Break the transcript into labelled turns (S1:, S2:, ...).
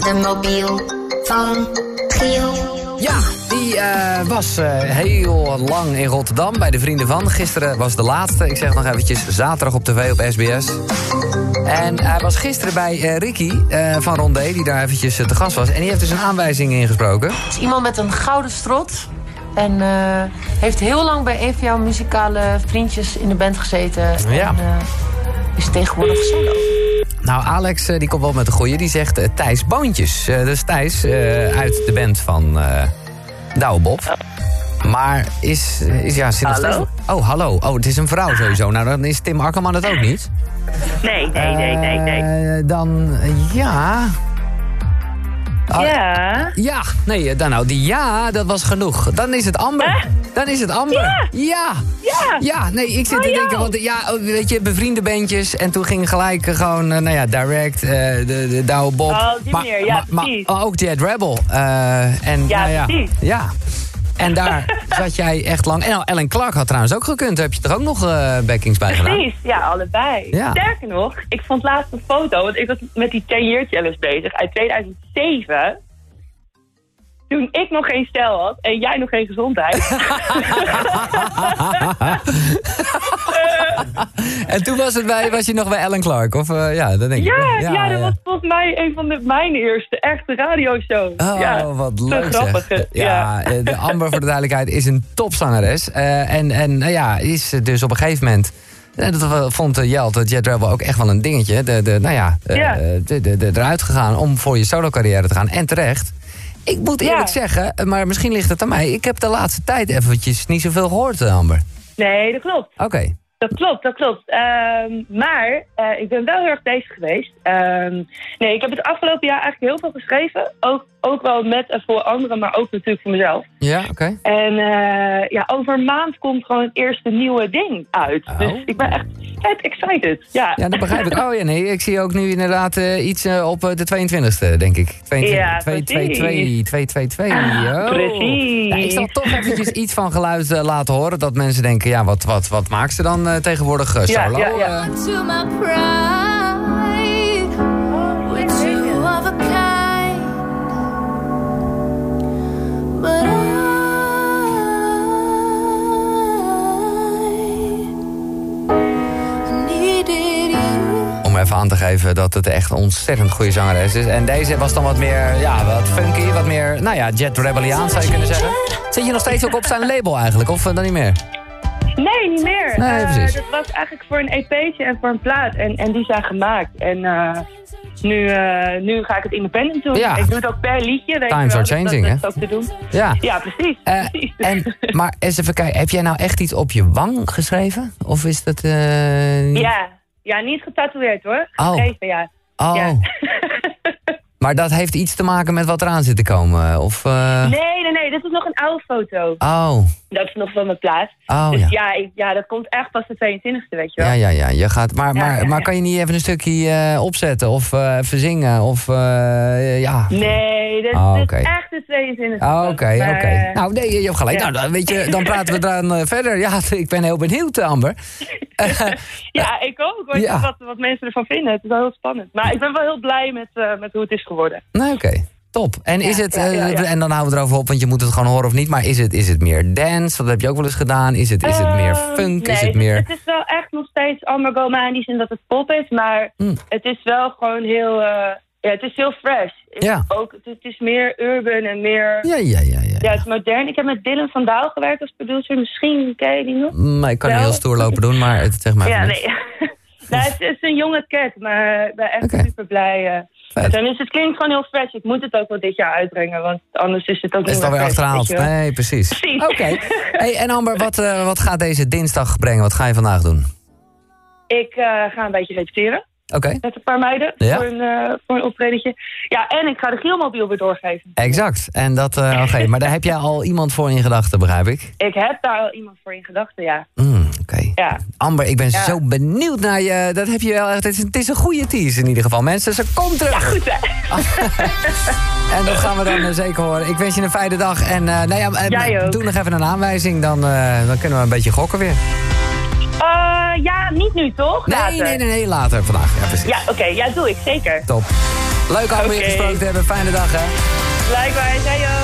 S1: de mobiel van Giel.
S2: Ja, die eh, was eh, heel lang in Rotterdam bij de Vrienden van. Gisteren was de laatste, ik zeg nog eventjes, zaterdag op tv op SBS. En hij was gisteren bij eh, Ricky eh, van Rondé, die daar eventjes eh, te gast was. En die heeft dus een aanwijzing ingesproken.
S3: is iemand met een gouden strot. En eh, heeft heel lang bij een van jouw muzikale vriendjes in de band gezeten.
S2: Ja.
S3: En eh, is tegenwoordig solo.
S2: Nou, Alex eh, die komt wel met de goeie. Die zegt eh, Thijs Boontjes. Eh, dus Thijs eh, uit de band van eh Douwe Bob. Maar is, eh, is ja, zit nog
S4: Hallo?
S2: steeds- Oh, hallo. Oh, het is een vrouw sowieso. Nou, dan is Tim Akkerman het ook niet.
S4: Nee, nee, nee, nee, nee.
S2: Eh, dan, eh, ja... Ah,
S4: Ja.
S2: Ja, nee, eh, dan nou, die ja, dat was genoeg. Dan is het Amber. Dan is het Amber. Ja. Ja.
S4: Ja.
S2: nee, ik zit te denken, want eh, ja, oh, weet je, bevriende bandjes. En toen ging gelijk eh, gewoon, eh, nou ja, direct, eh, de, de Douwe Bob.
S4: Oh, op die manier, ja, precies.
S2: maar ook Jet Rebel. eh, en,
S4: Ja,
S2: nou ja,
S4: precies.
S2: Ja. En daar zat jij echt lang. En nou, Ellen Clark had trouwens ook gekund. Daar heb je er ook nog eh, backings bij gedaan.
S4: Precies, ja, allebei.
S2: Ja.
S4: Sterker nog, ik vond laatst een foto, want ik was met die 10 Year Challenge bezig uit 2007. Toen ik nog geen stijl had en jij nog geen gezondheid.
S2: En toen was, het bij, was je nog bij Ellen Clark, of eh, ja, dat denk ik.
S4: ja, ja, dat was volgens mij een van de, mijn eerste echte radioshows.
S2: Oh,
S4: ja,
S2: wat
S4: te
S2: leuk zeg.
S4: grappig. hè?
S2: Ja, eh, de Amber voor de duidelijkheid is een topzangeres. Eh, en en nou ja, is dus op een gegeven moment... eh, Dat we- vond eh, Jelte Jet Rebel ook echt wel een dingetje. De, de, nou ja, eh,
S4: Ja.
S2: De, de, de, eruit gegaan om voor je solo carrière te gaan. En terecht. Ik moet
S4: Ja.
S2: eerlijk zeggen, eh, maar misschien ligt het aan mij... ik heb de laatste tijd eventjes niet zoveel gehoord, eh, Amber.
S4: Nee, dat klopt.
S2: Oké.
S4: Dat klopt, dat klopt. Ehm, maar eh, ik ben wel heel erg bezig geweest. Ehm, nee, ik heb het afgelopen jaar eigenlijk heel veel geschreven. Ook, ook wel met en voor anderen, maar ook natuurlijk voor mezelf.
S2: Ja, oké.
S4: En eh, ja, over een maand komt gewoon het eerste nieuwe ding uit.
S2: Oh.
S4: Dus ik ben echt vet excited. Ja,
S2: Ja, dat begrijp ik. Oh ja, nee, ik zie ook nu inderdaad eh, iets eh, op eh, de 22e, denk ik. 22,
S4: Ja, Ah,
S2: 222, 222. yo.
S4: precies.
S2: Ja, ik zal toch eventjes iets van geluid eh, laten horen. Dat mensen denken, ja, wat, wat, wat maakt ze dan eh, tegenwoordig eh,
S4: Ja,
S2: solo?
S4: ja, ja.
S2: eh?
S5: to my pride. We're two of a kind. But I needed you.
S2: om even aan te geven dat het echt een ontzettend goede zangeres is. En deze was dan wat meer, ja, wat funky, wat meer, nou ja, Jet Rebelliaan zou je kunnen zeggen. Zit je nog steeds ook op zijn label eigenlijk, of eh, dan niet meer?
S4: Nee, niet meer.
S2: Nee,
S4: Eh,
S2: precies.
S4: dat was eigenlijk voor een EP'tje en voor een plaat. En, en die zijn gemaakt. En eh, nu, eh, nu ga ik het independent doen.
S2: Ja.
S4: Ik doe het ook per liedje. Weet je
S2: Times
S4: wel, dus
S2: are
S4: dat- dat-
S2: changing,
S4: dat, is ook te doen.
S2: Ja.
S4: Ja, precies.
S2: Eh,
S4: precies.
S2: en, maar eens even kijken, heb jij nou echt iets op je wang geschreven? Of is dat... eh, niet-
S4: ja. ja, niet getatoeëerd hoor.
S2: Oh.
S4: Geschreven, ja.
S2: Oh.
S4: Ja.
S2: maar dat heeft iets te maken met wat eraan zit te komen? Of... eh,
S4: Nee, nee, nee. Dit is nog een oude foto.
S2: Oh,
S4: Dat is nog van mijn plaat.
S2: oh
S4: dus
S2: ja.
S4: ja, ik- ja, dat komt echt pas de 22e, weet je wel.
S2: Ja, ja, ja. Je gaat, maar,
S4: Ja,
S2: maar,
S4: ja,
S2: maar
S4: ja.
S2: kan je niet even een stukje eh, opzetten of eh even zingen? Of eh, ja.
S4: Nee, dat,
S2: Oh,
S4: dat
S2: oké.
S4: is echt de 22e.
S2: Oh, Oké,
S4: Maar,
S2: oké.
S4: eh,
S2: Nou, nee, je hebt gelijk.
S4: ja.
S2: Nou, dan, weet je, dan praten we eraan eh, verder. Ja, ik ben heel benieuwd, eh, Amber.
S4: Ja, ik ook. hoor.
S2: Ja.
S4: Wat, wat mensen ervan vinden. Het is wel heel spannend. Maar ik ben wel heel blij met, eh, met hoe het is geworden.
S2: Nee, oké. Top. En is het,
S4: ja, ja,
S2: eh,
S4: ja.
S2: en dan houden we erover op, want je moet het gewoon horen of niet. Maar is het, is het meer dance? Dat heb je ook wel eens gedaan. Is het, is het meer
S4: Ehm,
S2: funk?
S4: nee,
S2: is het meer...
S4: Het is wel echt nog steeds Amargoma in die zin dat het pop is. Maar
S2: Hm.
S4: het is wel gewoon heel... eh, ja, het is heel fresh. Het,
S2: Ja.
S4: is ook, het is meer urban en meer... Ja.
S2: Ja, ja, ja, ja.
S4: het is modern. Ik heb met Dylan van Daal gewerkt als producer. Misschien ken je die nog?
S2: Maar ik kan niet
S4: Wel.
S2: heel stoer lopen doen, maar het zeg maar.
S4: Ja,
S2: even
S4: nee. nou, het, is een jonge cat, maar ik ben echt
S2: Oké.
S4: super blij.
S2: Vet.
S4: dus het klinkt gewoon heel fresh. Ik moet het ook wel dit jaar uitbrengen, want anders is het ook
S2: Is
S4: niet
S2: het alweer
S4: meer fresh,
S2: achterhaald?
S4: weet je wel.
S2: Nee, precies.
S4: Precies.
S2: Oké. Hey, en Amber, wat, eh, wat gaat deze dinsdag brengen? Wat ga je vandaag doen?
S4: Ik eh, ga een beetje repeteren
S2: Oké,
S4: met een paar meiden
S2: Ja.
S4: voor, een, eh voor een optredentje. Ja, en ik ga de Gielmobiel weer doorgeven.
S2: exact. En dat, eh, oké, maar daar heb jij al iemand voor in gedachten, begrijp ik?
S4: Ik heb daar al iemand voor in gedachten, ja.
S2: Mm, oké.
S4: ja.
S2: Amber, ik ben
S4: Ja.
S2: zo benieuwd naar je. Dat heb je wel echt. Het is, het is een goede tease in ieder geval. Mensen, ze komt terug.
S4: Goed, hè?
S2: en dat gaan we dan eh, zeker horen. Ik wens je een fijne dag. En eh, nou ja, eh,
S4: Jij ook.
S2: doe nog even een aanwijzing. Dan, eh, dan kunnen we een beetje gokken weer.
S4: Eh, ja, niet nu toch?
S2: Nee,
S4: Later.
S2: nee, nee, nee, later vandaag. Ja, precies.
S4: Ja, oké, ja, doe ik, zeker.
S2: Top. Leuk om weer
S4: Oké.
S2: gesproken te hebben. Fijne dag, hè?
S4: Blijkbaar, zei je